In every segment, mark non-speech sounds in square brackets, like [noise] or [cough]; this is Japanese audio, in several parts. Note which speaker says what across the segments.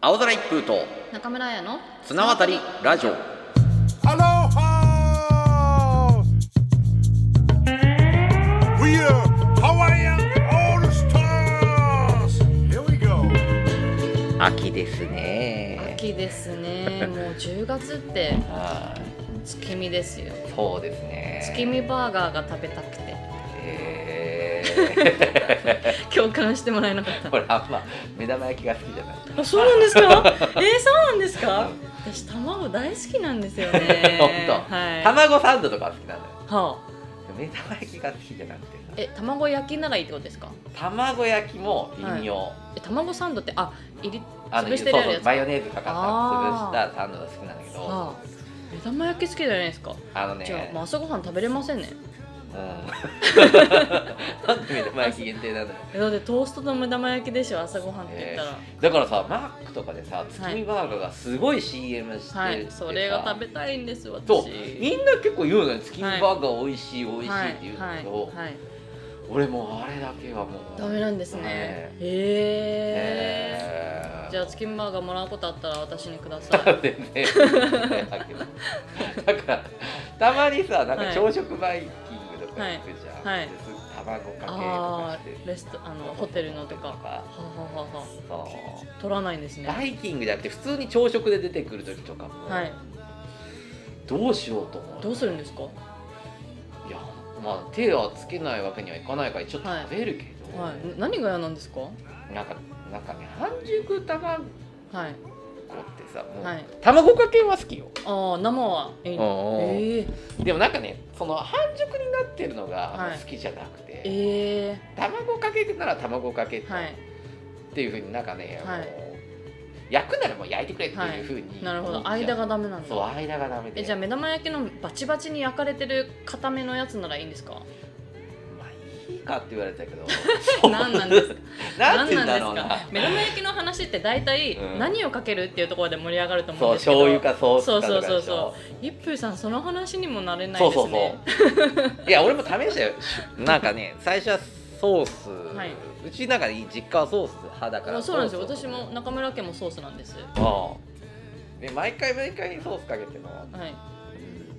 Speaker 1: 青空一風と
Speaker 2: 中村屋の
Speaker 1: 綱渡りラジオ
Speaker 3: アロハ We are Hawaiian All Stars! Here we go!
Speaker 1: 秋ですね
Speaker 2: 秋ですね [laughs] もう10月って
Speaker 1: はい
Speaker 2: 月見ですよ
Speaker 1: そうですね
Speaker 2: 月見バーガーが食べたくて
Speaker 1: え
Speaker 2: 共感してもらえなかっ
Speaker 1: ー、これあんま目玉焼きが好きじゃない
Speaker 2: た [laughs] あそうなん [laughs] ですかえー、そうなんですか
Speaker 1: うん
Speaker 2: [laughs] 私卵大好きなんですよ [laughs] ね
Speaker 1: 本当
Speaker 2: はいは
Speaker 1: 卵サンドとかは好きなんだよ
Speaker 2: あ、
Speaker 1: 目玉焼きが好きじゃなくて
Speaker 2: え卵焼きならいいってことですか
Speaker 1: 卵焼きも微妙、
Speaker 2: え卵サンドってあ入り
Speaker 1: あの
Speaker 2: 潰し
Speaker 1: そう
Speaker 2: てるや
Speaker 1: そ
Speaker 2: つ
Speaker 1: うマヨネーズかかった
Speaker 2: あ
Speaker 1: 潰し
Speaker 2: ー
Speaker 1: たサンドが好きなんだけど
Speaker 2: はあ目玉焼き好きじゃないですか、
Speaker 1: あのね
Speaker 2: じゃあもう朝ごはん食べれませんね
Speaker 1: うん [laughs] なんで目玉焼き限定なんだろう
Speaker 2: えだってトーストと目玉焼きでしょ朝ごはんって言ったら、
Speaker 1: だからさマックとかでさ月見バーガーがすごい CM してるってさ、
Speaker 2: はい、それが食べたいんです私
Speaker 1: そうみんな結構言うのよ月見バーガー美味しい、美味し
Speaker 2: はいい
Speaker 1: って言うんだ
Speaker 2: はい
Speaker 1: けど、
Speaker 2: はい
Speaker 1: 俺もうあれだけはもう
Speaker 2: ダメなんですね
Speaker 1: ダメ
Speaker 2: へえ
Speaker 1: えー
Speaker 2: じゃあ月見バーガーもらうことあったら私にください
Speaker 1: 全然だからたまにさなんか朝食バイキングとか行くじゃん、
Speaker 2: はいはい
Speaker 1: です卵かけとか
Speaker 2: あ
Speaker 1: して
Speaker 2: ーレストあのホテルのとかははははは
Speaker 1: そう
Speaker 2: 取らないんです
Speaker 1: バ
Speaker 2: ね
Speaker 1: イキングじゃなくて普通に朝食で出てくる時とかも、
Speaker 2: はい
Speaker 1: どうしようと思う
Speaker 2: どうするんですか
Speaker 1: いやまあ手はつけないわけにはいかないから一応食べるけど、
Speaker 2: はいん何が嫌なんですか
Speaker 1: なんかなんかね半熟卵って
Speaker 2: はい
Speaker 1: さもう、
Speaker 2: はい
Speaker 1: 卵かけは好きよ、
Speaker 2: ああ生はいい
Speaker 1: うんうん
Speaker 2: えー、
Speaker 1: でもなんかねその半熟になってるのがあんま
Speaker 2: はい
Speaker 1: 好きじゃなくて、
Speaker 2: え
Speaker 1: 卵かけなら卵かけっ
Speaker 2: ー、はい
Speaker 1: ていうふうになんかね、
Speaker 2: はい
Speaker 1: もう焼くならもう焼いてくれっていうふうに思っちゃう、
Speaker 2: なるほど間がダメなん
Speaker 1: そう
Speaker 2: だ
Speaker 1: 間がダメで
Speaker 2: えじゃあ目玉焼きのバチバチに焼かれてる固めのやつならいいんです
Speaker 1: [laughs]
Speaker 2: か
Speaker 1: まあいいかって言われたけど
Speaker 2: 何なんですか
Speaker 1: [laughs] なんて
Speaker 2: 何
Speaker 1: 言うんだ
Speaker 2: な
Speaker 1: ろ
Speaker 2: ん
Speaker 1: う
Speaker 2: です
Speaker 1: な
Speaker 2: か目玉焼きの話って大体
Speaker 1: うん
Speaker 2: 何をかけるっていうところで盛り上がると思
Speaker 1: そううん
Speaker 2: ですけど
Speaker 1: 醤油かソースかとかでしょ
Speaker 2: そうそうそう一風さんその話にもなれない
Speaker 1: そう
Speaker 2: です
Speaker 1: そう
Speaker 2: ね
Speaker 1: そう。いや、俺も試した
Speaker 2: [laughs]
Speaker 1: よ。なんかね、最初はソース。
Speaker 2: はいう
Speaker 1: ちなんか実家はソース派だから。
Speaker 2: あそうなんですよ
Speaker 1: ソース
Speaker 2: 私も中村家もソースなんです
Speaker 1: うんで、毎回毎回ソースかけても、
Speaker 2: はい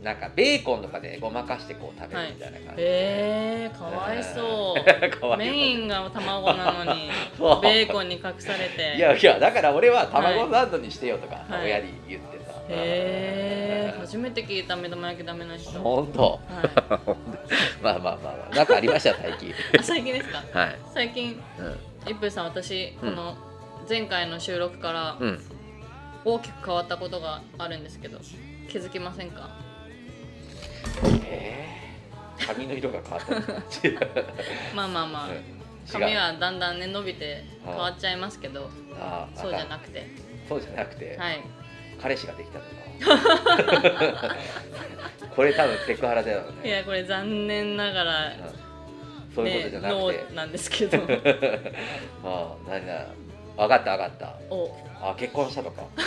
Speaker 1: なんかベーコンとかでごまかしてこう食べるみたいな感じで。
Speaker 2: えー、かわいそ
Speaker 1: [laughs] かわ
Speaker 2: う
Speaker 1: いそう
Speaker 2: メインが卵なのに
Speaker 1: [laughs] そう
Speaker 2: ベーコンに隠されて
Speaker 1: いやいや、だから俺は卵サンドにしてよとか、
Speaker 2: はい
Speaker 1: 親に言ってさ。
Speaker 2: へえー、初めて聞いた目玉焼きダメな人、はい、
Speaker 1: [laughs] 本当。まあまあまあまあ、なんかありました、最
Speaker 2: [laughs]
Speaker 1: 近。
Speaker 2: あ最近ですか
Speaker 1: はい。
Speaker 2: 最近
Speaker 1: うん。
Speaker 2: 一風さん私こ
Speaker 1: うん
Speaker 2: の前回の収録から、
Speaker 1: うん。
Speaker 2: 大きく変わったことがあるんですけど気づきませんか
Speaker 1: えー髪の色が変わったんですか
Speaker 2: まあまあま
Speaker 1: う
Speaker 2: あ
Speaker 1: ん違う
Speaker 2: 髪はだんだんね伸びて変わっちゃいますけど
Speaker 1: ああ
Speaker 2: そうじゃ
Speaker 1: ま
Speaker 2: なくて
Speaker 1: たそうじゃなくて、
Speaker 2: はい
Speaker 1: 彼氏ができたとか [laughs] これ多分セクハラだよ
Speaker 2: い
Speaker 1: ね、
Speaker 2: やこれ残念ながらね
Speaker 1: うんそういうことじゃな
Speaker 2: ノ
Speaker 1: く
Speaker 2: ーなんですけど
Speaker 1: [laughs] てまあ何だ分かった分かった
Speaker 2: お
Speaker 1: あ結婚したとか [laughs]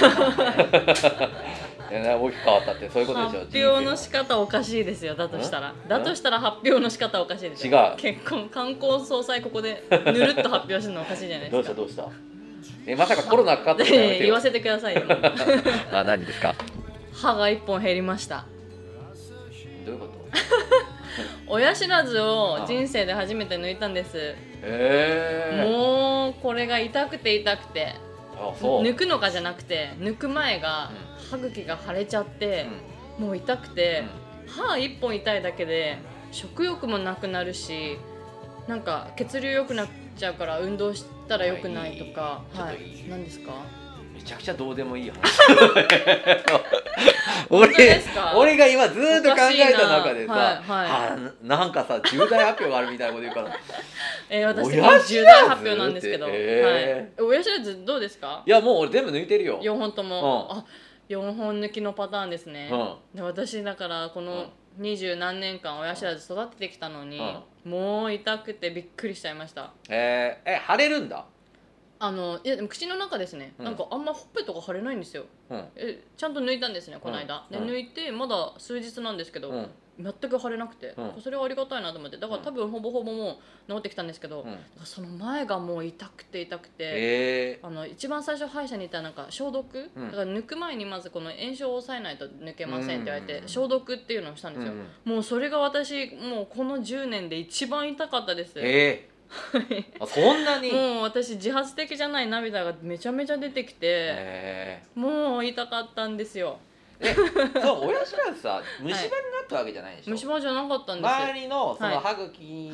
Speaker 1: いやな大きく変わったってそういうことでし
Speaker 2: 発
Speaker 1: ょ
Speaker 2: 表の仕方おかしいですよだとしたらだとしたら発表の仕方おかしいです
Speaker 1: 違
Speaker 2: よ
Speaker 1: う
Speaker 2: 結婚観光総裁ここでぬるっと発表するのおかしいじゃない
Speaker 1: ど
Speaker 2: で
Speaker 1: うし
Speaker 2: す
Speaker 1: たどうした
Speaker 2: か [laughs]
Speaker 1: えまさかコロナかかったとかやめて
Speaker 2: 言わ
Speaker 1: よ
Speaker 2: せてく [laughs] ださいよ
Speaker 1: あ何ですか
Speaker 2: 歯が1本減りました
Speaker 1: どういうこと
Speaker 2: 親知らずを人生で初めて抜いたんです
Speaker 1: ええ
Speaker 2: もうこれが痛くて痛くて
Speaker 1: ー、あそう
Speaker 2: 抜くのかじゃなくて抜く前が歯茎が腫れちゃって、もう痛くて、歯一本痛いだけで食欲もなくなるしなんか血流良くなっちゃうから運動したら良くないとか
Speaker 1: まあ
Speaker 2: はい
Speaker 1: いいちょっといい
Speaker 2: 何ですか
Speaker 1: めちゃくちゃどうでもいい話
Speaker 2: 本当で
Speaker 1: [laughs] 俺
Speaker 2: すか
Speaker 1: 俺が今ずーっと考えた中でさ、
Speaker 2: おかしいなはいは
Speaker 1: あなんかさ重大発表があるみたいなこと言うからい
Speaker 2: えー、私
Speaker 1: 親
Speaker 2: 重
Speaker 1: 知らず
Speaker 2: 大発表なんですけど、
Speaker 1: え
Speaker 2: はい、親知らずどうですか
Speaker 1: やもう俺全部抜いてるよ、
Speaker 2: 4本とも、
Speaker 1: うん
Speaker 2: あ4本抜きのパターンですね、
Speaker 1: う
Speaker 2: で私だからこの二十何年間親知らず育ててきたのに、もう痛くてびっくりしちゃいました
Speaker 1: えー、え腫れるんだ、
Speaker 2: あのいやでも口の中ですね、
Speaker 1: うん
Speaker 2: なんかあんまほっぺとか腫れないんですよ
Speaker 1: うん
Speaker 2: えちゃんと抜いたんですねこの間、
Speaker 1: うん
Speaker 2: で抜いてまだ数日なんですけど、
Speaker 1: うん、
Speaker 2: 全く腫れなくて、
Speaker 1: うん
Speaker 2: それはありがたいなと思ってだから多分ほぼほぼもう治ってきたんですけど、
Speaker 1: うん
Speaker 2: その前がもう痛くて痛くて、
Speaker 1: え
Speaker 2: あの一番最初歯医者に行ったらなんか消毒、
Speaker 1: うん
Speaker 2: だから抜く前にまずこの炎症を抑えないと抜けませんって言われて、
Speaker 1: うん
Speaker 2: 消毒っていうのをしたん
Speaker 1: ー、
Speaker 2: で
Speaker 1: う
Speaker 2: す
Speaker 1: んう
Speaker 2: よ、
Speaker 1: ん
Speaker 2: もうそれが私もうこの10年で一番痛かったです、
Speaker 1: え
Speaker 2: [laughs]
Speaker 1: ー、あそんなに
Speaker 2: もう私自発的じゃない涙がめちゃめちゃ出てきて、
Speaker 1: え
Speaker 2: もう痛かったんですよ
Speaker 1: ー、そう親知らずさ虫歯になったわけじゃないでしょ、
Speaker 2: 虫歯じゃなかったんですよ
Speaker 1: 周りのそ
Speaker 2: はい
Speaker 1: の歯茎に、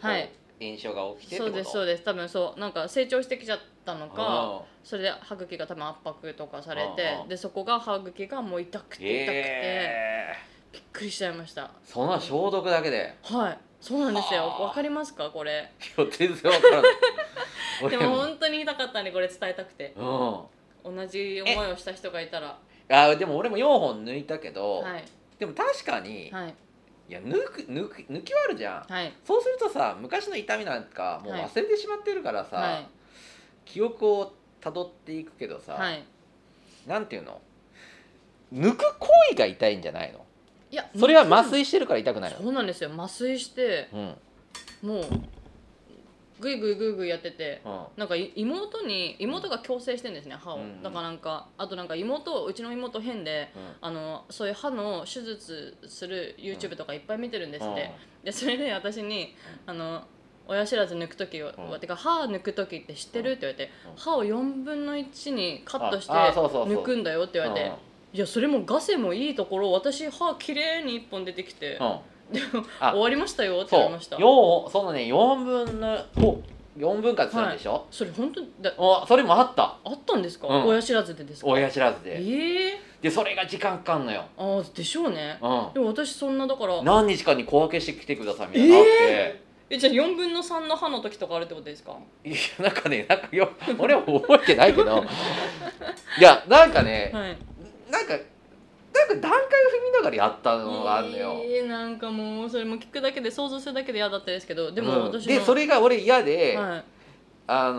Speaker 1: こう
Speaker 2: はい
Speaker 1: 炎症が起きてって
Speaker 2: そ
Speaker 1: こ
Speaker 2: う
Speaker 1: と
Speaker 2: ですそう
Speaker 1: で
Speaker 2: です多分そうなんか成長してきちゃったのかそれで歯茎が多分圧迫とかされ
Speaker 1: うんう
Speaker 2: て
Speaker 1: ん
Speaker 2: でそこが歯茎がもう痛くて痛くて、
Speaker 1: え
Speaker 2: びっくりしちゃいました
Speaker 1: ー、その消毒だけで
Speaker 2: はいそうなんですよ
Speaker 1: はあ
Speaker 2: わかりますかこれ
Speaker 1: いや全然わからない
Speaker 2: で
Speaker 1: [laughs] 俺
Speaker 2: も本当に痛かったんでこれ伝えたくて
Speaker 1: うん
Speaker 2: 同じ思いをした人がいたら
Speaker 1: あでも俺も4本抜いたけど、
Speaker 2: はい
Speaker 1: でも確かに、
Speaker 2: はい
Speaker 1: い、や抜く抜く抜きはあるじゃん、
Speaker 2: はい
Speaker 1: そうするとさ昔の痛みなんかもう
Speaker 2: はい
Speaker 1: 忘れてしまってるからさ、
Speaker 2: はい
Speaker 1: 記憶をたどっていくけどさ、
Speaker 2: はい
Speaker 1: なんていうの抜く行為が痛いんじゃないの
Speaker 2: いや
Speaker 1: それは
Speaker 2: 抜く
Speaker 1: 麻酔してるから痛くないの
Speaker 2: そうなんですよ麻酔して
Speaker 1: うんうん
Speaker 2: もうグイグイグイグイやっててなんかい妹に妹が矯正してんですね歯を、
Speaker 1: うんうん
Speaker 2: だからなんかあとなんか妹うちの妹変であのそういう歯の手術する YouTube とかいっぱい見てるんですって、でそれで私にあの親知らず抜く時は、
Speaker 1: うん
Speaker 2: てか歯抜く時って知ってるって言われて、
Speaker 1: うん
Speaker 2: 歯を4分の1にカットして
Speaker 1: ああそうそうそう
Speaker 2: 抜くんだよって言われていやそれもガセもいいところ私歯綺麗に1本出てきて、
Speaker 1: うんうん
Speaker 2: でも
Speaker 1: あ
Speaker 2: 終わりましたよって言わ
Speaker 1: そ
Speaker 2: れま
Speaker 1: う
Speaker 2: した
Speaker 1: 四そのね4分のお4分割するんでしょ、
Speaker 2: それ本当にだ
Speaker 1: おそれもあった
Speaker 2: あったんですか、
Speaker 1: うん
Speaker 2: 親知らずでですか
Speaker 1: 親知らずで
Speaker 2: ええ
Speaker 1: でそれが時間かかんのよ、
Speaker 2: ああでしょうね
Speaker 1: う
Speaker 2: でも私そんなだから
Speaker 1: ん、何日かに小分けしてきてくださいみたいなのあって、
Speaker 2: えじゃあ4分の3の歯の時とかあるってことですか
Speaker 1: いやなんかねなんかよ俺は覚えてないけ
Speaker 2: [laughs]
Speaker 1: どいやなんかね、
Speaker 2: はい
Speaker 1: なんかなんか段階を踏みながらやったのがあるのよ、
Speaker 2: えー、なんかもうそれも聞くだけで想像するだけで嫌だったですけどでも
Speaker 1: うん
Speaker 2: 私も、
Speaker 1: でそれが俺嫌で、
Speaker 2: はい、
Speaker 1: あ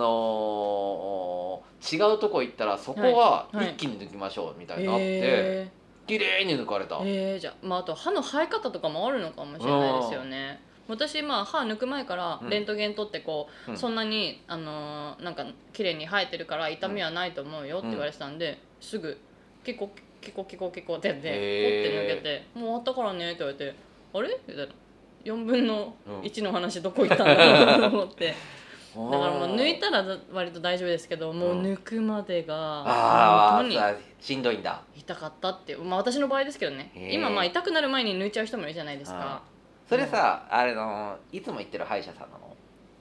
Speaker 1: のー違うとこ行ったらそこは
Speaker 2: はいはい
Speaker 1: 一気に抜きましょうみたいになって、
Speaker 2: え
Speaker 1: 綺麗に抜かれた、
Speaker 2: ー、えー、じゃあ,、まあ、あと歯の生え方とかもあるのかもしれないですよね私、まあ、歯抜く前から
Speaker 1: うん
Speaker 2: レントゲン取ってこう、
Speaker 1: うん
Speaker 2: そんなに、あのーなんか綺麗に生えてるから痛みはないと思うよって言われてたんで、すぐ結構結構結構結構ってやってポ
Speaker 1: へー
Speaker 2: ッて抜けて「もう終わったからね」って言われて「あれ?」みたいな4分の1の話どこ行ったんだろうと思って。
Speaker 1: だ [laughs]
Speaker 2: だからもう抜いたら割と大丈夫ですけどもう抜くまでが
Speaker 1: あ
Speaker 2: 本当に
Speaker 1: あしんどいんだ
Speaker 2: 痛かったっていうまあ私の場合ですけどね
Speaker 1: へー
Speaker 2: 今まあ痛くなる前に抜いちゃう人もいるじゃないですか
Speaker 1: それさ、あれのいつも行ってる歯医者さんなの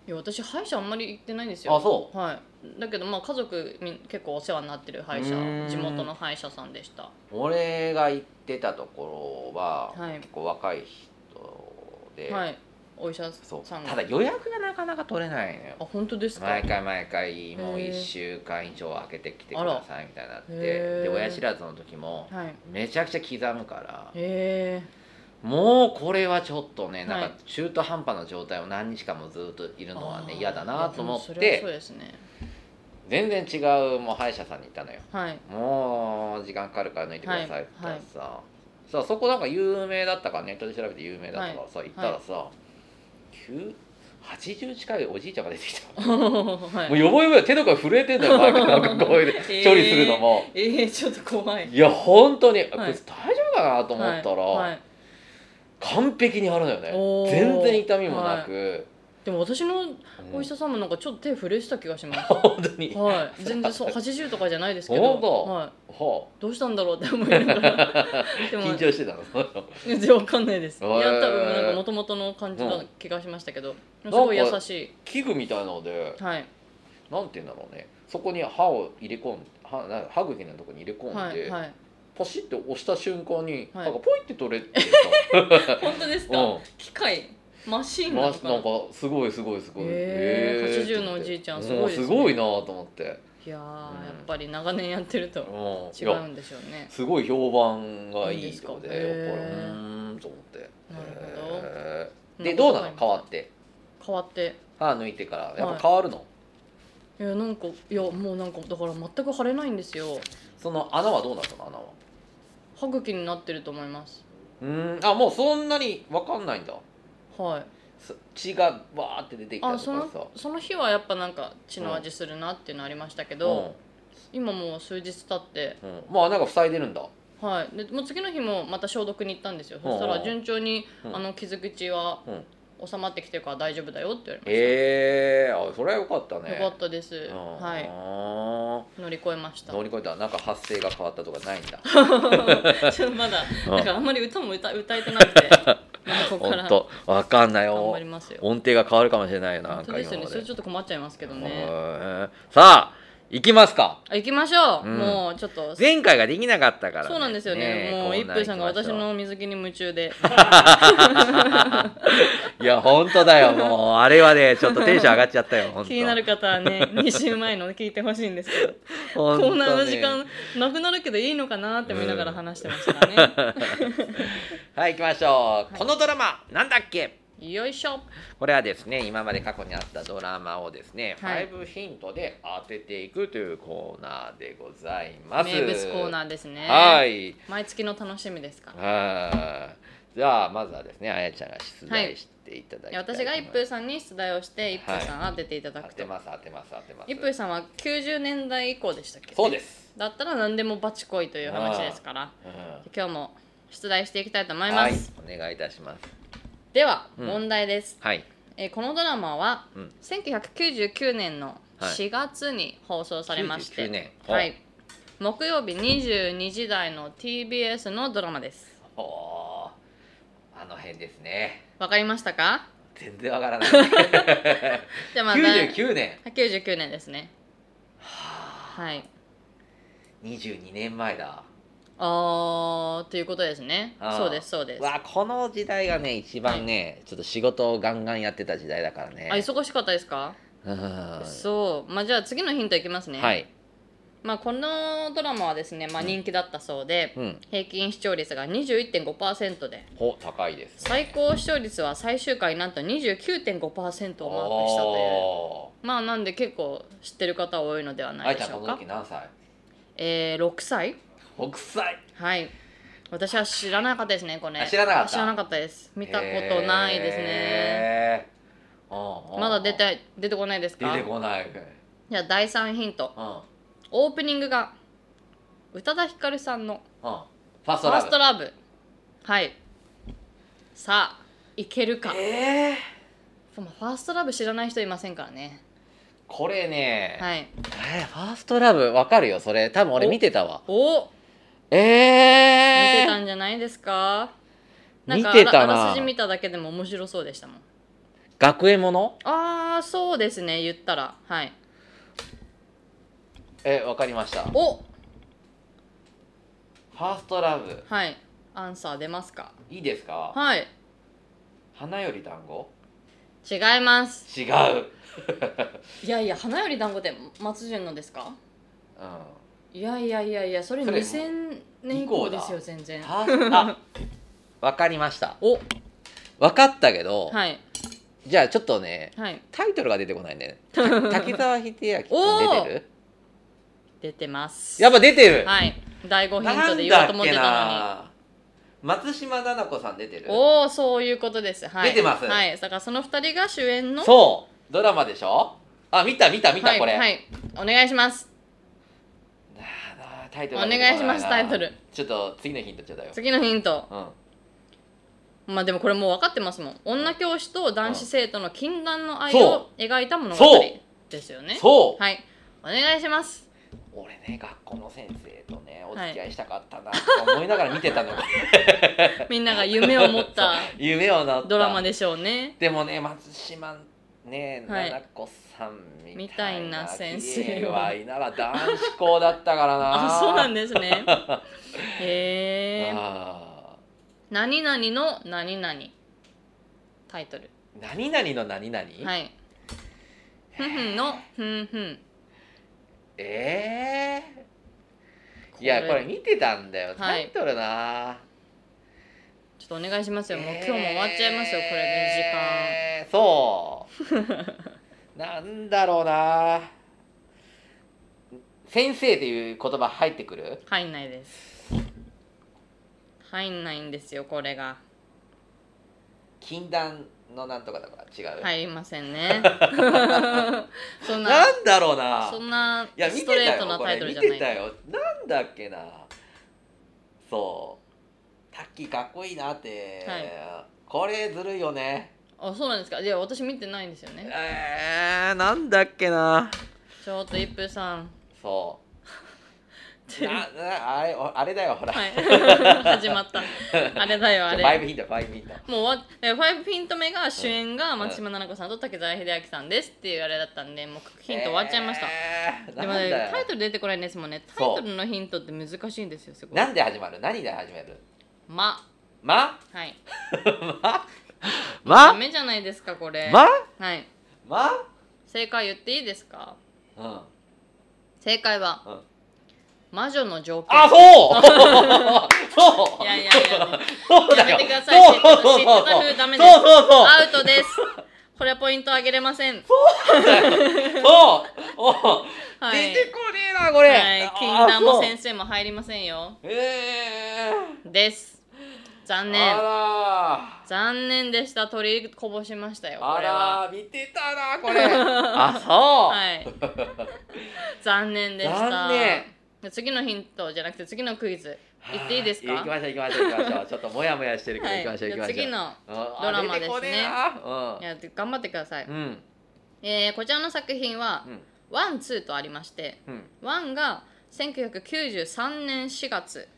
Speaker 2: いや私歯医者あんまり行ってないんですよ
Speaker 1: あそう
Speaker 2: はいだけどまあ家族みん結構お世話になってる歯医者
Speaker 1: うーん
Speaker 2: 地元の歯医者さんでした
Speaker 1: 俺が行ってたところは、
Speaker 2: はい
Speaker 1: 結構若い人で、
Speaker 2: はいお医者
Speaker 1: そう
Speaker 2: さんが
Speaker 1: ただ予約がなかなか取れないのよ
Speaker 2: あ本当ですか
Speaker 1: 毎回毎回もう
Speaker 2: へー
Speaker 1: 1週間以上空けてきてくださいみたいになって
Speaker 2: あらへー
Speaker 1: で親知らずの時も
Speaker 2: はいへ
Speaker 1: めちゃくちゃ刻むから
Speaker 2: え
Speaker 1: もうこれはちょっとねなん
Speaker 2: はい
Speaker 1: か中途半端な状態を何日間もずっといるのはね嫌だなと思っ
Speaker 2: それはそう
Speaker 1: て
Speaker 2: ですね
Speaker 1: 全然違うもう歯医者さんに行ったのよ
Speaker 2: はい
Speaker 1: もう時間かかるから抜いてくださいって言ったらさ、さそこなんか有名だったからネットで調べて有名だったからさ、行ったらさ、9 80近いおじいちゃんが出てきたも
Speaker 2: は
Speaker 1: う
Speaker 2: い
Speaker 1: よぼよぼよ手とか震えてんだよ毎回なんかこういう
Speaker 2: ー
Speaker 1: 処理するのも、
Speaker 2: えー、ちょっと怖い
Speaker 1: いや本当に、あこ
Speaker 2: はい
Speaker 1: いつ大丈夫かなと思ったら、
Speaker 2: はいはい
Speaker 1: 完璧にあるのよ
Speaker 2: お
Speaker 1: ね
Speaker 2: ー
Speaker 1: 全然痛みもなく、
Speaker 2: でも私の
Speaker 1: うん
Speaker 2: お医者さんもなんかちょっと手震えてた気がします
Speaker 1: 本当に、は
Speaker 2: はい、全然そう80とかじゃないですけど
Speaker 1: 本、当
Speaker 2: はい、
Speaker 1: あ
Speaker 2: どうしたんだろうって思いながら
Speaker 1: [laughs]
Speaker 2: でも
Speaker 1: 緊張してたのその人
Speaker 2: 全然わかんないですい
Speaker 1: へ
Speaker 2: や
Speaker 1: ー
Speaker 2: 多分なんか元々の感じの気がしましたけど、
Speaker 1: ん
Speaker 2: すごい優し
Speaker 1: 器具みたいなので
Speaker 2: いはい
Speaker 1: なんて言うんだろうねそこに歯を入れ込ん歯な歯茎のとこに入れ込んで、
Speaker 2: はいはい
Speaker 1: ポシッて押した瞬間に、
Speaker 2: はい
Speaker 1: なんかポイって取れてさ、
Speaker 2: 本当です
Speaker 1: う
Speaker 2: か、 [laughs]
Speaker 1: ん、
Speaker 2: 機械マシーン
Speaker 1: ま
Speaker 2: な
Speaker 1: あ
Speaker 2: のかな
Speaker 1: なんかすごいすごいすごい
Speaker 2: へー
Speaker 1: へー
Speaker 2: 80のおじいちゃん
Speaker 1: う
Speaker 2: すごいですね
Speaker 1: すごいなと思って
Speaker 2: いやー、
Speaker 1: うん
Speaker 2: やっぱり長年やってると
Speaker 1: うん
Speaker 2: 違
Speaker 1: いや
Speaker 2: うんでしょうね
Speaker 1: すごい評判がい
Speaker 2: いい
Speaker 1: い
Speaker 2: ですか
Speaker 1: ようで
Speaker 2: へー
Speaker 1: やっぱりうーんと思って
Speaker 2: なるほど
Speaker 1: へー
Speaker 2: な
Speaker 1: で
Speaker 2: んか
Speaker 1: どうなの変わって
Speaker 2: 変わって
Speaker 1: 歯抜いてからやっぱ変わるの、
Speaker 2: いやなんかいやもうなんかだから全く腫れないんですよ
Speaker 1: その穴はどうなったの穴は
Speaker 2: 歯茎になってると思います
Speaker 1: うんあもうそんなに分かんないんだ
Speaker 2: はい
Speaker 1: す血がわーって出てきた
Speaker 2: あ
Speaker 1: と
Speaker 2: そ
Speaker 1: か
Speaker 2: のその日はやっぱなんか血の味するなっていうのありましたけ
Speaker 1: さ
Speaker 2: ど、今もう数日経って
Speaker 1: うんうん、まあなんか塞いでるんだ
Speaker 2: はいでもう次の日もまた消毒に行ったんですよそした
Speaker 1: うん
Speaker 2: ら順調に、
Speaker 1: うん
Speaker 2: あの傷口は
Speaker 1: うん
Speaker 2: 収まってきてるから大丈夫だよって言われまし
Speaker 1: へえー、あそれはよかった
Speaker 2: た、
Speaker 1: ね
Speaker 2: よかったです、
Speaker 1: うん
Speaker 2: はい
Speaker 1: あ
Speaker 2: 乗り越えまし
Speaker 1: ー
Speaker 2: た
Speaker 1: 乗り越えたなんか発声が変わったとかないん
Speaker 2: [laughs]
Speaker 1: だ
Speaker 2: ちょっとまだ
Speaker 1: うん
Speaker 2: だからあんまり歌も歌歌えてなく
Speaker 1: [laughs]
Speaker 2: てまだここか
Speaker 1: 本
Speaker 2: ら頑
Speaker 1: 当わかんない
Speaker 2: 張
Speaker 1: よ
Speaker 2: りますよ
Speaker 1: 音程が変わるかもしれないよなな
Speaker 2: 本
Speaker 1: ん
Speaker 2: 当
Speaker 1: か
Speaker 2: で
Speaker 1: 今
Speaker 2: すよ
Speaker 1: ま
Speaker 2: ねそれ
Speaker 1: で
Speaker 2: ちょっと困っちゃいますけどね
Speaker 1: はいさあ行きますか
Speaker 2: あ行きましょ
Speaker 1: う
Speaker 2: う、
Speaker 1: ん
Speaker 2: もうちょっと
Speaker 1: 前回ができなかったからね、
Speaker 2: そうなんですよね
Speaker 1: え
Speaker 2: もう
Speaker 1: コ
Speaker 2: 一
Speaker 1: ーナー行
Speaker 2: 風
Speaker 1: きま
Speaker 2: さんが
Speaker 1: しょう
Speaker 2: 私の水着に夢中で
Speaker 1: [laughs] いや本当だよもうあれはねちょっとテンション上がっちゃったよ本当
Speaker 2: 気になる方はね2
Speaker 1: [laughs]
Speaker 2: 週前の聞いてほしいんですけど
Speaker 1: コ
Speaker 2: コーナーの時間なくなるけどいいのかなって思いながら話してまし
Speaker 1: [laughs]
Speaker 2: たね、
Speaker 1: はい行きましょう、このドラマなんだっけ
Speaker 2: よいしょ
Speaker 1: これはですね今まで過去にあったドラマをですね、
Speaker 2: はい
Speaker 1: 5ヒントで当てていくというコーナーでございます
Speaker 2: 名物コーナ
Speaker 1: ー
Speaker 2: ーですね
Speaker 1: はい
Speaker 2: 毎月の楽しみですから
Speaker 1: あーじゃあまずはですねあやちゃんが出題していただきたい
Speaker 2: いや私が一風さんに出題をして一風さん当てていただ
Speaker 1: 当
Speaker 2: くと、
Speaker 1: てます当てます当てます
Speaker 2: 一風さんは90年代以降でしたっけ
Speaker 1: そうです、
Speaker 2: だったら何でもバチコイという話ですから
Speaker 1: うん
Speaker 2: 今日も出題していきたいと思います、
Speaker 1: はいお願いいたします
Speaker 2: では
Speaker 1: うん
Speaker 2: 問題です、
Speaker 1: はい
Speaker 2: えーこのドラマは
Speaker 1: うん
Speaker 2: 1999年の4月に放送されまして、
Speaker 1: 99年
Speaker 2: は
Speaker 1: ほ
Speaker 2: い、木曜日22時台の TBS のドラマです
Speaker 1: おおあの辺ですね
Speaker 2: わかりましたか
Speaker 1: 全然わから
Speaker 2: [laughs]
Speaker 1: ない
Speaker 2: じゃあまあ
Speaker 1: 99年
Speaker 2: 99年ですね
Speaker 1: はあ
Speaker 2: はい
Speaker 1: 22年前だ
Speaker 2: あーということですね
Speaker 1: あー
Speaker 2: そうですそうです
Speaker 1: わあこの時代がね一番ね、ちょっと仕事をガンガンやってた時代だからね
Speaker 2: あ忙しかったですか、
Speaker 1: うん
Speaker 2: そうまあじゃあ次のヒントいきますね、
Speaker 1: はい
Speaker 2: まあ、このドラマはですね、まあ、人気だったそうで、
Speaker 1: うん
Speaker 2: 平均視聴率が21.5%で
Speaker 1: お高いですね
Speaker 2: 最高視聴率は最終回なんと29.5%をマークしたという
Speaker 1: お
Speaker 2: まあなんで結構知ってる方は多いのでは
Speaker 1: ー
Speaker 2: な
Speaker 1: あ
Speaker 2: い
Speaker 1: いち
Speaker 2: で
Speaker 1: ゃん
Speaker 2: しょ
Speaker 1: こ
Speaker 2: う
Speaker 1: の
Speaker 2: か
Speaker 1: 時何歳
Speaker 2: えー、6歳
Speaker 1: 北斎
Speaker 2: はい私は知らなかったですねこれ
Speaker 1: あ知らなかった
Speaker 2: 知らなかったです見たことないですね
Speaker 1: へーうんうん
Speaker 2: まだ出て出てこないです
Speaker 1: 出
Speaker 2: か
Speaker 1: てこない
Speaker 2: じゃあ第3ヒント
Speaker 1: うんうん
Speaker 2: オープニングが宇多田ヒカルさんの
Speaker 1: ファース
Speaker 2: 「フ
Speaker 1: ト
Speaker 2: ァ
Speaker 1: ラ
Speaker 2: ー
Speaker 1: ブ
Speaker 2: ストラブ」はいさあいけるか
Speaker 1: えー
Speaker 2: ファーストラブ知らない人いませんからね
Speaker 1: これね、
Speaker 2: はい
Speaker 1: えーファーストラブわかるよそれ多分俺見てたわ
Speaker 2: お見
Speaker 1: え
Speaker 2: て
Speaker 1: え
Speaker 2: たんじゃないですかなんか
Speaker 1: 見てたな
Speaker 2: あらあらすじ見ただけでも面白そうでしたもん
Speaker 1: 学園もの
Speaker 2: ああそうですね言ったらはい
Speaker 1: えわかりましたフ
Speaker 2: お
Speaker 1: ァーストラブ
Speaker 2: はいアンサー出ますか
Speaker 1: いいですか
Speaker 2: はい
Speaker 1: 花より団子
Speaker 2: 違います
Speaker 1: 違う、
Speaker 2: [laughs] いやいや花より団子って松潤のですか
Speaker 1: う
Speaker 2: いやいやいやいやそれ
Speaker 1: それ
Speaker 2: 2000年以降ですよ全然
Speaker 1: ん、ファーストあわかりました
Speaker 2: お
Speaker 1: わかったけど、
Speaker 2: はい
Speaker 1: じゃあちょっとね
Speaker 2: はい
Speaker 1: タイトルが出てこない
Speaker 2: [laughs]
Speaker 1: ね滝沢秀明君出てる
Speaker 2: 出てます
Speaker 1: やっぱ出てる、
Speaker 2: はい第5ヒン
Speaker 1: な
Speaker 2: ト
Speaker 1: ん
Speaker 2: で言お
Speaker 1: だ
Speaker 2: うと
Speaker 1: っ
Speaker 2: 思っ
Speaker 1: け
Speaker 2: てたのに
Speaker 1: な松島菜々子さん出てる
Speaker 2: おおそういうことですはい
Speaker 1: 出てます
Speaker 2: はいだからその2人が主演の
Speaker 1: そうドラマでしょあ見た見た見た、
Speaker 2: はい
Speaker 1: これ、
Speaker 2: はいお願いします
Speaker 1: なあなあタイトルが出て
Speaker 2: お願いします
Speaker 1: こなな
Speaker 2: タイトル
Speaker 1: ちょっと次のヒントちょうだいよ、
Speaker 2: 次のヒント
Speaker 1: うん、
Speaker 2: まあでもこれもう分かってますもん女教師と男子生徒の禁断の愛
Speaker 1: そ
Speaker 2: を描いた物
Speaker 1: そ
Speaker 2: 語
Speaker 1: う
Speaker 2: ですよね
Speaker 1: そう、
Speaker 2: はいお願い
Speaker 1: [laughs]
Speaker 2: します
Speaker 1: 俺ね学校の先生とねお
Speaker 2: はい
Speaker 1: 付き合いしたかったなと思いながら見てたの
Speaker 2: [laughs] みんなが夢を持った
Speaker 1: 夢をなった
Speaker 2: ドラマでしょうね
Speaker 1: でもね松島ね
Speaker 2: はい
Speaker 1: 菜々子さんみたいな
Speaker 2: みたいな先生
Speaker 1: 綺麗はいなら男子校だったからな
Speaker 2: [laughs] あそうなん
Speaker 1: だ
Speaker 2: で
Speaker 1: [laughs]
Speaker 2: すねへえ
Speaker 1: あ
Speaker 2: 何々の何々タイトル
Speaker 1: ー何々の何々、
Speaker 2: はいふんふんのふんふん
Speaker 1: ええいやこれ見てたんだよタ
Speaker 2: はい
Speaker 1: イトルな、
Speaker 2: ちょっとお願いしますよもう今日も終わっちゃいますよこれで
Speaker 1: えーそう
Speaker 2: [laughs]
Speaker 1: なんだろうな先生っていう言葉入ってくる
Speaker 2: 時間入んないです入んないんですよこれが
Speaker 1: 禁断のなんとかとか違う、
Speaker 2: 入りませ
Speaker 1: [laughs]
Speaker 2: んねそんな
Speaker 1: なんだろうな
Speaker 2: そんない
Speaker 1: や見て
Speaker 2: ス
Speaker 1: た
Speaker 2: トレー
Speaker 1: よ
Speaker 2: トな
Speaker 1: こ
Speaker 2: タイ
Speaker 1: れ
Speaker 2: トル
Speaker 1: 見
Speaker 2: じゃな
Speaker 1: て
Speaker 2: い
Speaker 1: たよなんだっけなそうタッキーかっこいいなって、
Speaker 2: は
Speaker 1: これずるいよね
Speaker 2: あそうなんですかいや私見てないんですよね
Speaker 1: えー、なんだっけな
Speaker 2: ちょっと一風さん
Speaker 1: そう
Speaker 2: は
Speaker 1: ななあれおあれだよ
Speaker 2: [laughs]
Speaker 1: ほら、
Speaker 2: い始まったあれだよあ
Speaker 1: フ
Speaker 2: れ
Speaker 1: ァイブヒントファイブヒント
Speaker 2: もうわえファイブピント目が主演が松島菜々子さんと竹澤秀明さんですっていうあれだったんでもうヒント終わっちゃいました、
Speaker 1: えー
Speaker 2: でも
Speaker 1: なん
Speaker 2: ね
Speaker 1: だよ
Speaker 2: タイトル出てこないんですもんねタイトルのヒントって難しいんですよすごい
Speaker 1: なんで始まる何で始める
Speaker 2: 「ま [laughs]
Speaker 1: ま」
Speaker 2: はい
Speaker 1: ま
Speaker 2: ダ
Speaker 1: ま
Speaker 2: メじゃないですかこれ、
Speaker 1: ま
Speaker 2: はい
Speaker 1: ま
Speaker 2: 正解言っていいですか
Speaker 1: うん
Speaker 2: 正解は、
Speaker 1: うん
Speaker 2: 魔女の条件
Speaker 1: あ
Speaker 2: [laughs]
Speaker 1: そうそうい
Speaker 2: いやいやいや、
Speaker 1: そうだ
Speaker 2: や
Speaker 1: よ
Speaker 2: めてください知ってた
Speaker 1: そうそうそう
Speaker 2: 知ってた風ダメです
Speaker 1: そうそうそう
Speaker 2: アウ
Speaker 1: [laughs]
Speaker 2: トですこれはポイントあげれません
Speaker 1: そうおう
Speaker 2: はい
Speaker 1: 出てこねえなこれ、
Speaker 2: はい、禁断も先
Speaker 1: 生
Speaker 2: 生も入りませんよ
Speaker 1: え
Speaker 2: です残
Speaker 1: ー、
Speaker 2: 念
Speaker 1: あ
Speaker 2: 残念でした取りこぼしました
Speaker 1: ら
Speaker 2: よこ
Speaker 1: あ
Speaker 2: れは
Speaker 1: ら見てたなこれあそう、
Speaker 2: はい
Speaker 1: [laughs]
Speaker 2: 残念でした
Speaker 1: 残念
Speaker 2: で次のヒントじゃなくて次のクイズ言っていいですか
Speaker 1: は行きましょう行きましょう行きましょうちょっともやもやしてるけど
Speaker 2: はい
Speaker 1: 行きましょう行きましょう
Speaker 2: じゃあ次の
Speaker 1: うん
Speaker 2: ドラマですね
Speaker 1: あ出てこえない
Speaker 2: や頑張ってください、
Speaker 1: うんうん
Speaker 2: えーこちらの作品は
Speaker 1: うん
Speaker 2: ワンツーとありまして
Speaker 1: うん
Speaker 2: ワンが1993年4月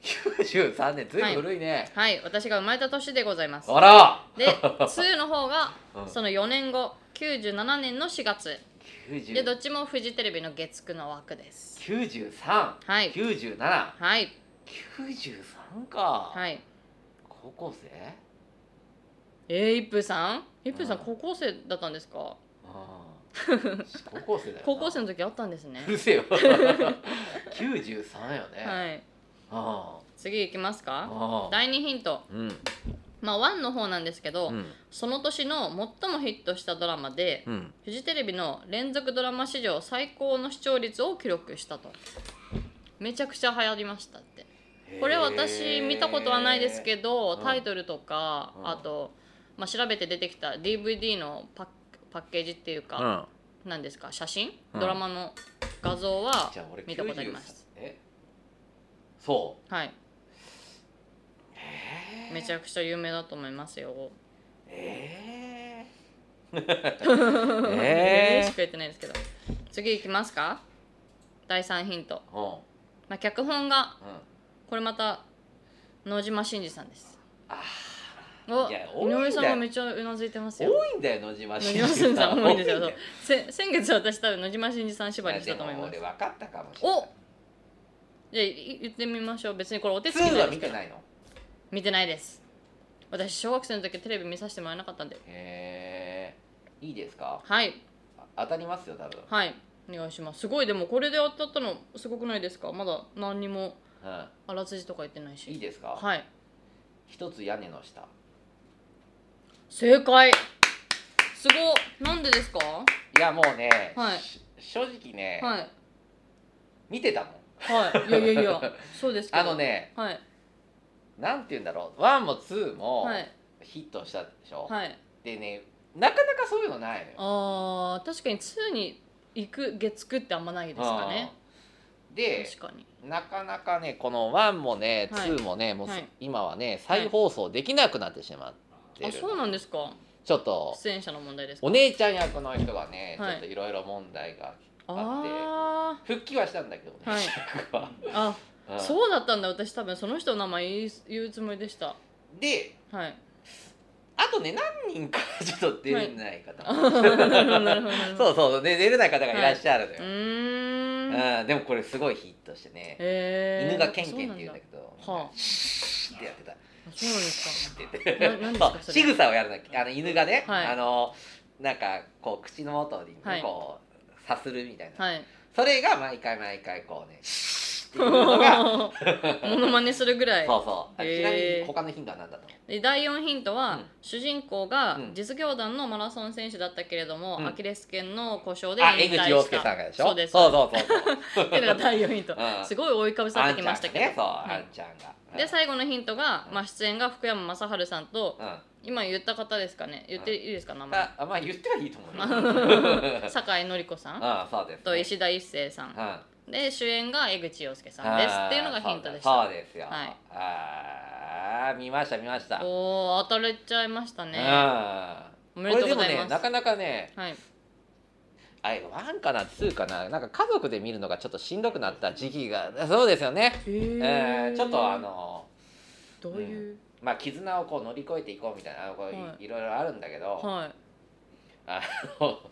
Speaker 1: 93年ずいぶん古いね、
Speaker 2: はい私が生まれた年でございます
Speaker 1: あら
Speaker 2: で2の方が
Speaker 1: [laughs] うん
Speaker 2: その4年後97年の4月
Speaker 1: 90
Speaker 2: でどっちもフジテレビの月9の枠です
Speaker 1: 93、
Speaker 2: はい
Speaker 1: 97、
Speaker 2: はい
Speaker 1: 93か、
Speaker 2: はい
Speaker 1: 高校生
Speaker 2: えー、一風さん一風さん
Speaker 1: うん
Speaker 2: 高校生だったんですか [laughs]
Speaker 1: あー高校生だよな
Speaker 2: 高校生の時あったんですね
Speaker 1: うる
Speaker 2: [laughs]
Speaker 1: せえよ93よね、
Speaker 2: はい
Speaker 1: あ
Speaker 2: 次いきます
Speaker 1: あ
Speaker 2: か
Speaker 1: ああ
Speaker 2: 第2ヒント
Speaker 1: うん
Speaker 2: まあ1の方なんですけど、
Speaker 1: うん
Speaker 2: その年の最もヒットしたドラマで、
Speaker 1: うん
Speaker 2: フジテレビの連続ドラマ史上最高の視聴率を記録したとめちゃくちゃ流行りましたってこれ私見たことはないですけど
Speaker 1: うん
Speaker 2: タイトルとか、
Speaker 1: うん
Speaker 2: あと、まあ、調べて出てきた DVD のパッパッケージっていう
Speaker 1: どう
Speaker 2: か、
Speaker 1: ん
Speaker 2: なんですか写真、
Speaker 1: うん
Speaker 2: ドラマの画像は
Speaker 1: じゃあ俺
Speaker 2: 見たことあります
Speaker 1: 93えそう
Speaker 2: はい
Speaker 1: えー
Speaker 2: めちゃくちゃ有名だと思いますよ
Speaker 1: [laughs] え
Speaker 2: え
Speaker 1: ー
Speaker 2: ー、
Speaker 1: え
Speaker 2: しか言ってないですけど次いきますか第3ヒント、
Speaker 1: ーうん
Speaker 2: まあ、脚本が
Speaker 1: うん
Speaker 2: これまた野島真司さんです
Speaker 1: あ
Speaker 2: お
Speaker 1: いや多い
Speaker 2: 井
Speaker 1: んだよ
Speaker 2: 上さんがめっちゃうなずいてますよ
Speaker 1: 多いんだよ野島
Speaker 2: 野
Speaker 1: 伸
Speaker 2: 島
Speaker 1: 司
Speaker 2: 真司さん多いんです
Speaker 1: 多いんだ
Speaker 2: よ
Speaker 1: よ
Speaker 2: せ先月私多分野島真司さん縛りしたと思います
Speaker 1: やでも俺分かったかもしれない
Speaker 2: おじゃあい言ってみましょう別にこれお手つき
Speaker 1: 2
Speaker 2: な
Speaker 1: はい
Speaker 2: で
Speaker 1: 見
Speaker 2: す
Speaker 1: て
Speaker 2: から
Speaker 1: ないの
Speaker 2: 見てないです私小学生の時テレビ見させてもらえなかったんで
Speaker 1: へえいいですか
Speaker 2: はい
Speaker 1: あ当たりますよ多分、
Speaker 2: はいお願いしますすごいでもこれで当たったのすごくないですかまだ何にも
Speaker 1: う
Speaker 2: あらすじとか言ってない
Speaker 1: ん、いい
Speaker 2: し
Speaker 1: ですか、
Speaker 2: はい
Speaker 1: 一つ屋根の下
Speaker 2: 正解すごいなんでですか
Speaker 1: いやもうね、
Speaker 2: はい
Speaker 1: し正直ね、
Speaker 2: はい
Speaker 1: 見てたもん
Speaker 2: はいいやいやいやそうですけど
Speaker 1: あのね
Speaker 2: はい
Speaker 1: なんて言うんだろう1も2も
Speaker 2: はい
Speaker 1: ヒットしたでしょ、
Speaker 2: はい
Speaker 1: でねなかなかそういうのないのよ
Speaker 2: あー確かに2に行く月9ってあんまないですかね
Speaker 1: うんで
Speaker 2: 確かに
Speaker 1: なかなかねこの1もね
Speaker 2: はい
Speaker 1: 2もね、もうす
Speaker 2: はい
Speaker 1: 今はね再放送できなくなってしまってる、
Speaker 2: あそうなんですか
Speaker 1: ちょっと
Speaker 2: 出演者の問題ですか
Speaker 1: お姉ちゃん役の人がね、
Speaker 2: はい
Speaker 1: ちょっといろいろ問題が
Speaker 2: あ
Speaker 1: 復帰はしたんだけどね、
Speaker 2: はい
Speaker 1: 主役は
Speaker 2: ーあ
Speaker 1: うん
Speaker 2: そうだったんだ私多分その人の名前言い言うつもりでした
Speaker 1: で
Speaker 2: はい
Speaker 1: [laughs] あとね何人かちょっと出れない方も、
Speaker 2: な
Speaker 1: [laughs]
Speaker 2: るほどなるほどなるほど
Speaker 1: そうそうね出れない方がいらっしゃるのよ
Speaker 2: う、ーん
Speaker 1: うん、でもこれすごいヒットしてね、
Speaker 2: えー、
Speaker 1: 犬がケンケンって言うんだ
Speaker 2: そうなんだ
Speaker 1: けど
Speaker 2: はあ
Speaker 1: シュッてやってた
Speaker 2: あそうなんです
Speaker 1: って言って
Speaker 2: ななんですか
Speaker 1: そう
Speaker 2: それ
Speaker 1: 仕草をやるのあの犬がね、
Speaker 2: はい
Speaker 1: あのなんかこう口の元にね、
Speaker 2: はい
Speaker 1: こうさするみたいな、
Speaker 2: かはい [laughs]
Speaker 1: それが毎回毎回こうねシュっていうのが
Speaker 2: モノマネするぐらい
Speaker 1: そうそう、
Speaker 2: へー
Speaker 1: ちなみに他のヒントは何だと思う
Speaker 2: で第4ヒント
Speaker 1: う
Speaker 2: は、
Speaker 1: ん
Speaker 2: 主人公が
Speaker 1: うん
Speaker 2: 実業団のマラソン選手だったけれども、
Speaker 1: うん
Speaker 2: アキレス腱の故障で
Speaker 1: あ江
Speaker 2: 引退
Speaker 1: 口
Speaker 2: し
Speaker 1: 洋介
Speaker 2: た
Speaker 1: さんがでしょ
Speaker 2: そうです
Speaker 1: そうそうそうそう
Speaker 2: っていうのが第4ヒント、
Speaker 1: うん
Speaker 2: すごい追いかぶさってきましたけど、
Speaker 1: あんちゃんがねそう、あ
Speaker 2: はい
Speaker 1: んちゃんがうん
Speaker 2: で最後のヒントが、
Speaker 1: うん
Speaker 2: まあ、出演が福山雅治さんと、
Speaker 1: うん
Speaker 2: 今言った方ですかね言っていいですか名前
Speaker 1: ああまあ言ってはいいと思う
Speaker 2: [laughs]
Speaker 1: よ
Speaker 2: 酒井紀子さん
Speaker 1: あそうです、ね、
Speaker 2: と石田一生さん
Speaker 1: うん
Speaker 2: で主演が江口洋介さんですっていうのがヒントでし
Speaker 1: あー
Speaker 2: た
Speaker 1: そうですよ、
Speaker 2: はい
Speaker 1: あー見ました見ました
Speaker 2: おお当たれちゃいましたね
Speaker 1: う
Speaker 2: お
Speaker 1: ん
Speaker 2: め
Speaker 1: これ
Speaker 2: でと
Speaker 1: で
Speaker 2: うご
Speaker 1: も
Speaker 2: ざい
Speaker 1: ね
Speaker 2: ます
Speaker 1: なかなかね
Speaker 2: はい
Speaker 1: あれワンかなツーかななんか家族で見るのがちょっとしんどくなった時期がそうですよね、えーちょっとあの
Speaker 2: どういう、
Speaker 1: まあ絆をこう乗り越えていこうみたいなこう、い
Speaker 2: はい
Speaker 1: いろいろあるんだけど、
Speaker 2: はい
Speaker 1: あの [laughs]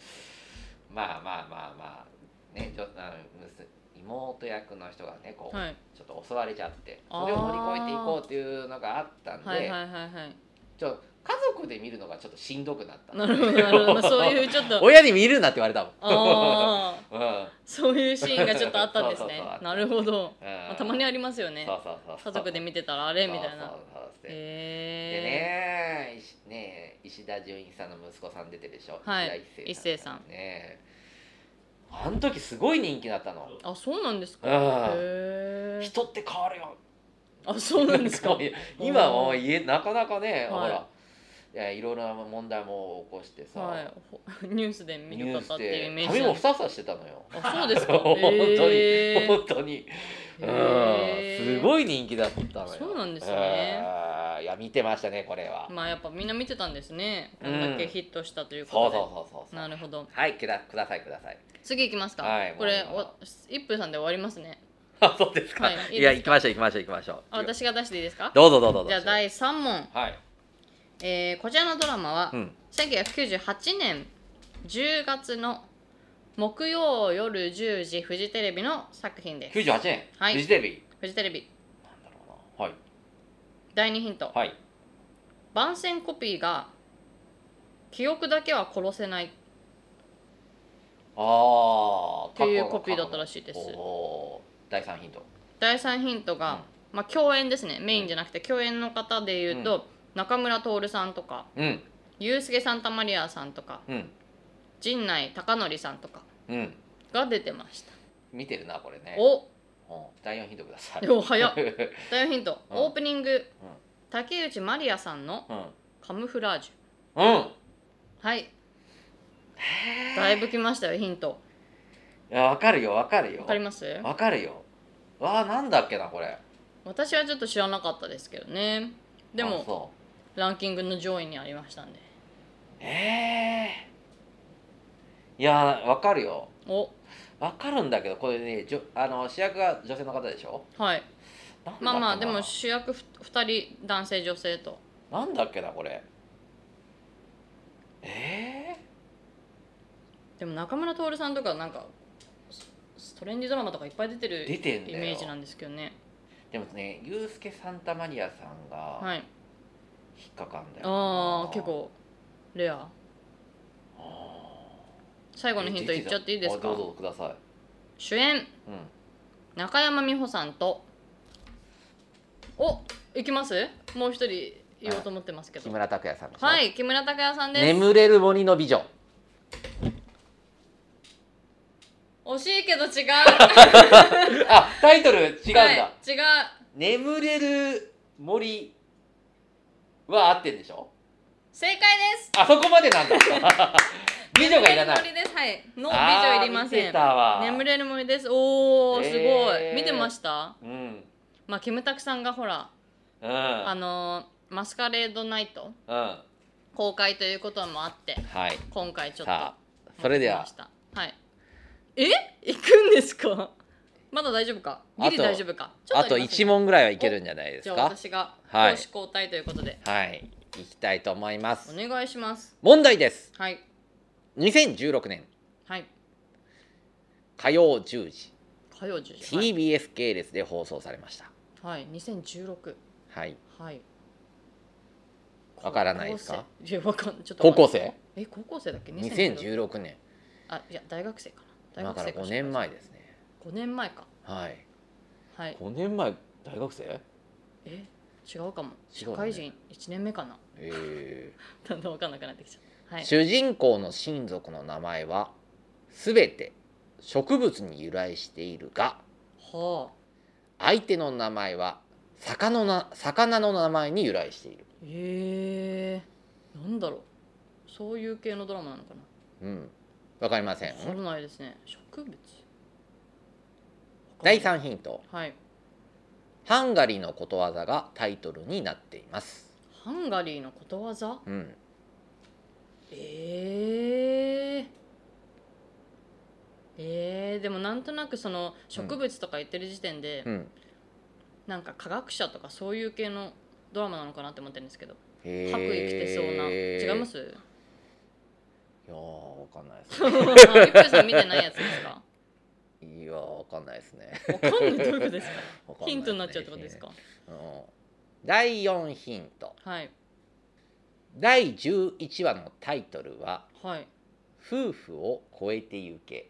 Speaker 1: まあまあまあまあねちょっとあの娘妹役の人がねこう、
Speaker 2: はい
Speaker 1: ちょっと襲われちゃって
Speaker 2: あー
Speaker 1: それを乗り越えていこうっていうのがあったんで、
Speaker 2: はいはいはいはい
Speaker 1: ちょっと家族で見るのがちょっとしんどくなったんで
Speaker 2: なるほど
Speaker 1: [laughs]
Speaker 2: なるほど、まあ、そういうちょっと
Speaker 1: 親に見るなって言われたもん
Speaker 2: ああ
Speaker 1: [laughs] うんうん
Speaker 2: そういうシーンがちょっとあったんで
Speaker 1: [laughs]
Speaker 2: す
Speaker 1: そうそう
Speaker 2: ね
Speaker 1: そうあった
Speaker 2: なるほど、まあ、たまにありますよね
Speaker 1: そうそうそう
Speaker 2: 家族で
Speaker 1: 見
Speaker 2: 見てたらあれみたい
Speaker 1: そ
Speaker 2: な
Speaker 1: うそうそうで
Speaker 2: へえ
Speaker 1: ね石ね石田純一さんの息子さん出てるでしょ、
Speaker 2: はい
Speaker 1: 石田
Speaker 2: 一
Speaker 1: ねねあの時すごい人気だったの
Speaker 2: あそうなんですか
Speaker 1: う
Speaker 2: へ
Speaker 1: ん
Speaker 2: え
Speaker 1: 人って変わるよ
Speaker 2: あそうなんで
Speaker 1: [laughs]
Speaker 2: すか
Speaker 1: 今もう家なかなかね、
Speaker 2: はい
Speaker 1: ほらいやいろいろな問題も起こしてさ、
Speaker 2: はいほニュースで見
Speaker 1: ニュ
Speaker 2: る
Speaker 1: ース
Speaker 2: 方っていうイメ
Speaker 1: で
Speaker 2: ージ
Speaker 1: 髪
Speaker 2: な
Speaker 1: も
Speaker 2: んで
Speaker 1: ふ
Speaker 2: す
Speaker 1: さふさしてたのよ
Speaker 2: あそうですか
Speaker 1: [laughs] 本当に、
Speaker 2: へー
Speaker 1: 本当に、
Speaker 2: へ
Speaker 1: う
Speaker 2: ー
Speaker 1: ん、すごい人気だったのよ
Speaker 2: そうなんですね
Speaker 1: うんいや見てましたねこれは、
Speaker 2: まあやっぱみんな見てたんですねこんだけヒットしたという
Speaker 1: そ
Speaker 2: こ
Speaker 1: うそう
Speaker 2: と
Speaker 1: そうそう
Speaker 2: でなるほど
Speaker 1: はいくだくださいください [laughs]
Speaker 2: 次いきますか、
Speaker 1: はい
Speaker 2: これ
Speaker 1: もう
Speaker 2: お1分さんで終わりますね
Speaker 1: あそうですか、
Speaker 2: はい
Speaker 1: い
Speaker 2: いいですか
Speaker 1: や行きましょう行きましょう行きましょう
Speaker 2: あ私が出していいですか
Speaker 1: どうぞどうぞどうぞ
Speaker 2: じゃあ第3問、
Speaker 1: はい
Speaker 2: えーこちらのドラマは、
Speaker 1: うん
Speaker 2: 1998年10月の木曜夜10時フジテレビの作品です
Speaker 1: 98年、
Speaker 2: はい
Speaker 1: フジテレビ
Speaker 2: フジテレビ
Speaker 1: なんだろうなはい
Speaker 2: 第2ヒント、
Speaker 1: はい
Speaker 2: 番宣コピーが記憶だけは殺せない
Speaker 1: ああ
Speaker 2: っていうコピーだったらしいです
Speaker 1: 第3ヒント
Speaker 2: 第3ヒントが、まあ、共演ですねメインじゃなくて共演の方でいうと、
Speaker 1: う
Speaker 2: 中村徹さんとか
Speaker 1: うん
Speaker 2: ユースケ・サンタマリアさんとか
Speaker 1: うん
Speaker 2: 陣内孝則さんとか
Speaker 1: うん
Speaker 2: が出てました、
Speaker 1: 見てるなこれねう
Speaker 2: お
Speaker 1: ん第4ヒントください
Speaker 2: お早っ第4ヒント、
Speaker 1: うん
Speaker 2: オープニング、竹内まりやさんの
Speaker 1: [laughs] うん
Speaker 2: カムフラージ
Speaker 1: うん
Speaker 2: ュはいだいぶきましたよヒント
Speaker 1: いやわかるよわかるよ
Speaker 2: わかります
Speaker 1: わかるよわあなんだっけなこれ
Speaker 2: 私はちょっと知らなかったですけどねで
Speaker 1: あ
Speaker 2: も
Speaker 1: そ
Speaker 2: ランキングの上位にありましたんで
Speaker 1: うええいやわかるよ
Speaker 2: お
Speaker 1: わかるんだけどこれねじょあの主役が女性の方でしょ
Speaker 2: はい
Speaker 1: なんだっけな
Speaker 2: まあまあでも主役ふ2人男性女性と
Speaker 1: なんだっけなこれえ
Speaker 2: でも中村徹さんとかなんかストレンディドラマとかいっぱい出てる
Speaker 1: 出てんだ
Speaker 2: イ
Speaker 1: よ
Speaker 2: メージなんですけどね
Speaker 1: えでもねユースケ・サンタマリアさん
Speaker 2: は
Speaker 1: が
Speaker 2: い
Speaker 1: 引っかかんだよな、
Speaker 2: ああ結構レア最後のヒント言っちゃっていいです
Speaker 1: あ
Speaker 2: か
Speaker 1: どうぞください
Speaker 2: 主演
Speaker 1: うん
Speaker 2: 中山美穂さんとおいきますもう一人言おうと思ってますけ
Speaker 1: 木
Speaker 2: ど
Speaker 1: 村拓哉さんでしょ
Speaker 2: はい木村拓哉さんです、
Speaker 1: 眠れる森の美女
Speaker 2: 惜しいけど
Speaker 1: [laughs]
Speaker 2: 違う違う
Speaker 1: あタイトル違うんだ、
Speaker 2: 違う
Speaker 1: 眠れる森は合ってんでしょ
Speaker 2: 正解です
Speaker 1: あそこまでなん
Speaker 2: [laughs]
Speaker 1: だ美女がいらない
Speaker 2: 眠れる森ですはいの美女いりま
Speaker 1: あー見
Speaker 2: せ
Speaker 1: て
Speaker 2: ん
Speaker 1: たわ
Speaker 2: 眠れる森ですおーすごい、
Speaker 1: えー
Speaker 2: 見てました
Speaker 1: うんうん
Speaker 2: まあキムタクさんがほら
Speaker 1: う
Speaker 2: あ
Speaker 1: ん
Speaker 2: のーマスカレードナイト公開ということもあって
Speaker 1: はい
Speaker 2: 今回ちょっと
Speaker 1: さあそれで
Speaker 2: 持っ
Speaker 1: は
Speaker 2: てきましたはいえ行くんですかまだ大丈夫かギ
Speaker 1: あ
Speaker 2: リ
Speaker 1: と
Speaker 2: 大丈夫かちょ
Speaker 1: あ
Speaker 2: っ
Speaker 1: と
Speaker 2: りますね
Speaker 1: 1問ぐらいはいけるんじゃないです
Speaker 2: じゃあ
Speaker 1: か
Speaker 2: 私が
Speaker 1: はい
Speaker 2: 攻守交代ということで、
Speaker 1: はいいきたいと思います
Speaker 2: お願いします
Speaker 1: 問題です
Speaker 2: はい
Speaker 1: 2016年
Speaker 2: はい
Speaker 1: 火曜10時
Speaker 2: 火曜10時
Speaker 1: TBS 系列で放送されました
Speaker 2: はい、はい、2016
Speaker 1: はい
Speaker 2: はい
Speaker 1: わからないですか
Speaker 2: 高校生いやわかんちょっと
Speaker 1: 高
Speaker 2: わかん
Speaker 1: 校生
Speaker 2: え高校生だっけ
Speaker 1: 2016年
Speaker 2: あいや大学生かな大
Speaker 1: 今
Speaker 2: 学
Speaker 1: から
Speaker 2: 生か
Speaker 1: 5年前ですね
Speaker 2: 5年前か
Speaker 1: はい
Speaker 2: はい
Speaker 1: 5年前大学生
Speaker 2: え違うかも社
Speaker 1: 違うね
Speaker 2: 会人1年目かな
Speaker 1: え
Speaker 2: だんだん分かんなくなってきちゃったは
Speaker 1: ー
Speaker 2: い
Speaker 1: 主人公の親族の名前は全て植物に由来しているが
Speaker 2: はあ
Speaker 1: 相手の名前は魚のな魚の名前に由来している
Speaker 2: えー、なんだろうそういう系のドラマなのかな
Speaker 1: うんわかりません
Speaker 2: わからないですね植物
Speaker 1: 第3ヒント
Speaker 2: はい
Speaker 1: ハンガリーのことわざがタイトルになっています
Speaker 2: ハンガリーのことわざ
Speaker 1: うん
Speaker 2: えー、えー、でもなんとなくその植物とか言ってる時点で、
Speaker 1: うん
Speaker 2: なんか科学者とかそういう系のドラマなのかなって思ってるんですけど
Speaker 1: へー
Speaker 2: 白衣着てそうな、違います
Speaker 1: い
Speaker 2: [laughs]
Speaker 1: やーわかんないですね
Speaker 2: あゆっくりさん見てないやつですか
Speaker 1: いやーわかんないですね
Speaker 2: わかんないどういうことですか
Speaker 1: [laughs] わかんないですね
Speaker 2: ヒントになっちゃうってことですか
Speaker 1: うん第4ヒント
Speaker 2: はい
Speaker 1: 第11話のタイトルは
Speaker 2: はい
Speaker 1: 「夫婦を超えてゆけ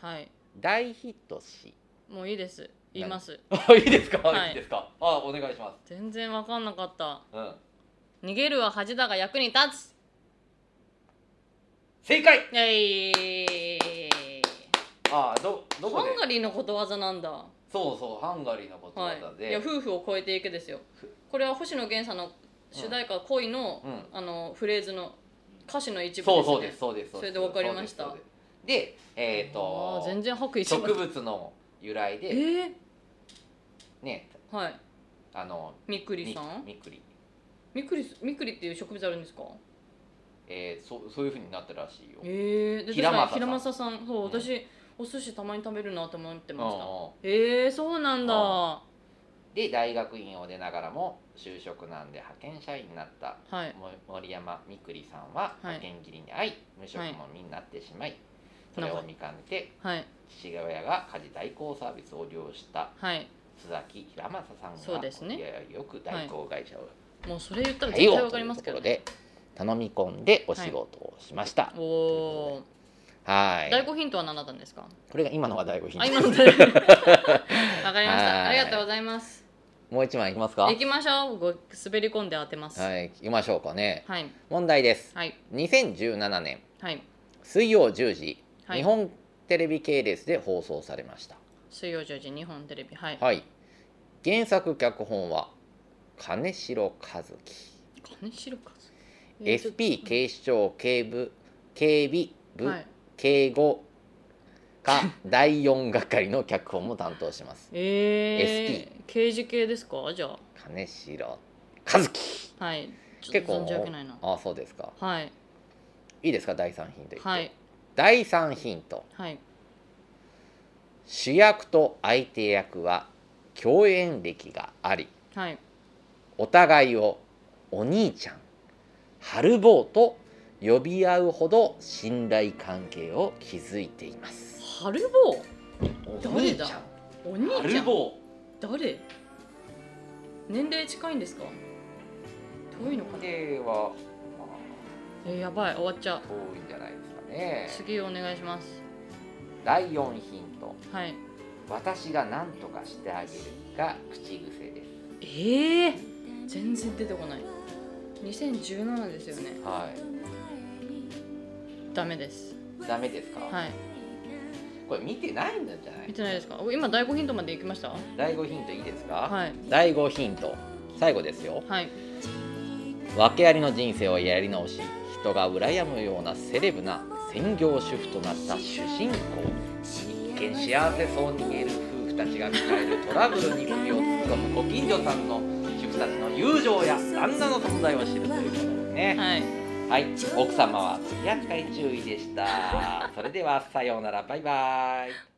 Speaker 2: はい」
Speaker 1: 大ヒットし
Speaker 2: もういいです言います
Speaker 1: [laughs] あいいですか、
Speaker 2: はい
Speaker 1: いいですかあお願いしま
Speaker 2: 全然わかんなかった
Speaker 1: す、うん、
Speaker 2: 逃げるは恥だが役に立つ
Speaker 1: 正解
Speaker 2: イエーイ
Speaker 1: あーどど
Speaker 2: ハ
Speaker 1: こで
Speaker 2: ンガリーのことわざなんだは
Speaker 1: そうそうハンガリーのことわざ
Speaker 2: いい
Speaker 1: で、
Speaker 2: や夫婦を超えていくですよこれは星野源さんの主題歌「恋の」
Speaker 1: うん
Speaker 2: あのフレーズの歌詞の一部
Speaker 1: そ
Speaker 2: で
Speaker 1: うそう
Speaker 2: すね
Speaker 1: ですそうですうす
Speaker 2: それでわかりました
Speaker 1: そうですそうですでえっ、
Speaker 2: あ
Speaker 1: と
Speaker 2: ー全然白衣しなか
Speaker 1: 植
Speaker 2: った
Speaker 1: 物の由来
Speaker 2: え
Speaker 1: で
Speaker 2: ー
Speaker 1: ね
Speaker 2: はい
Speaker 1: あの
Speaker 2: みくり
Speaker 1: み
Speaker 2: さん
Speaker 1: みくり
Speaker 2: みくりみくりっていう植物あるんですか
Speaker 1: えー、そうそういうふうになったらしいよ
Speaker 2: ええで
Speaker 1: 平
Speaker 2: 確
Speaker 1: 正
Speaker 2: かに平正さんそ
Speaker 1: うん
Speaker 2: う私、お寿司たまに食べるなと思ってました
Speaker 1: うんうん
Speaker 2: ええそうなんだ
Speaker 1: あ
Speaker 2: は
Speaker 1: で大学院を出ながらも就職難で派遣社員になった
Speaker 2: い
Speaker 1: も森山みくりさんは
Speaker 2: はい
Speaker 1: 派遣切りに遭い、無職も身になってしまい、それを見かねて
Speaker 2: はい
Speaker 1: 父親が家事代行サービスを利用した
Speaker 2: はい
Speaker 1: 須崎平正さんが
Speaker 2: そうですね
Speaker 1: いやいやよく代行会社を
Speaker 2: もうそれ言ったら
Speaker 1: 対
Speaker 2: 絶
Speaker 1: 応
Speaker 2: 対わ
Speaker 1: と
Speaker 2: か
Speaker 1: い
Speaker 2: りま
Speaker 1: う
Speaker 2: す
Speaker 1: と
Speaker 2: け
Speaker 1: こ
Speaker 2: ど、
Speaker 1: ろ
Speaker 2: ね、
Speaker 1: で頼み込んでお仕事をしました、
Speaker 2: おおー
Speaker 1: はい
Speaker 2: 第5ヒントは何だったんですか
Speaker 1: これが今のが第5ヒン
Speaker 2: あ
Speaker 1: ト
Speaker 2: 今の
Speaker 1: [laughs]
Speaker 2: でわかりましたあ
Speaker 1: はい
Speaker 2: りがとうございます
Speaker 1: もう一枚いきますか
Speaker 2: 行きましょうご滑り込んで当てますはい
Speaker 1: はい行きましょうかね
Speaker 2: はい
Speaker 1: 問題です
Speaker 2: はい
Speaker 1: 2017年
Speaker 2: はい
Speaker 1: 水曜10時、
Speaker 2: はい
Speaker 1: 日本テレビ系列で放送されました
Speaker 2: 水曜10時日本テレビはい
Speaker 1: はい原作脚本は金城和樹
Speaker 2: 金城か
Speaker 1: SP 警視庁警部警備部、
Speaker 2: はい
Speaker 1: 警護課第4係の脚本も担当します
Speaker 2: えー、刑事系ですかじゃあ
Speaker 1: 金城和樹
Speaker 2: はい。ちょっ
Speaker 1: 結
Speaker 2: と
Speaker 1: 構
Speaker 2: 存じ上げないな。
Speaker 1: あそうですか
Speaker 2: はい。
Speaker 1: いいですか第3ヒント言って
Speaker 2: はい。
Speaker 1: 第3ヒント
Speaker 2: はい。
Speaker 1: 主役と相手役は共演歴があり
Speaker 2: はい。
Speaker 1: お互いをお兄ちゃん春坊と呼び合うほど信頼関係を築いています
Speaker 2: ハルボ
Speaker 1: お
Speaker 2: 誰だー。お兄ちゃん。
Speaker 1: 坊
Speaker 2: 誰。年齢近いんですか。遠いのかな。
Speaker 1: では、
Speaker 2: えーやばい、終わっちゃう
Speaker 1: まあ。遠いんじゃないですかね
Speaker 2: 次お願いします。
Speaker 1: 第4ヒント
Speaker 2: はい。
Speaker 1: 私が何とかしてあげるが口癖で
Speaker 2: ええー。全然出てこない。2017ですよね
Speaker 1: す。はい
Speaker 2: ダメです。
Speaker 1: ダメですか、
Speaker 2: はい。
Speaker 1: これ見てないんじゃな
Speaker 2: 見
Speaker 1: い
Speaker 2: てないですか。お今第5ヒントまで行きました。は
Speaker 1: 第5ヒントいいですか、
Speaker 2: い。
Speaker 1: 第5ヒント最後ですよ
Speaker 2: はい。
Speaker 1: 訳ありの人生をやり直し人が羨むようなセレブな専業主婦となった主人公一見幸せそうに見える夫婦たちが抱えるトラブルに首を突っ込むご近所さんの主婦たちの友情や旦那の存在を知るということですね
Speaker 2: はい。
Speaker 1: はい奥様は取り扱い注意でしたそれではさようならバイバイ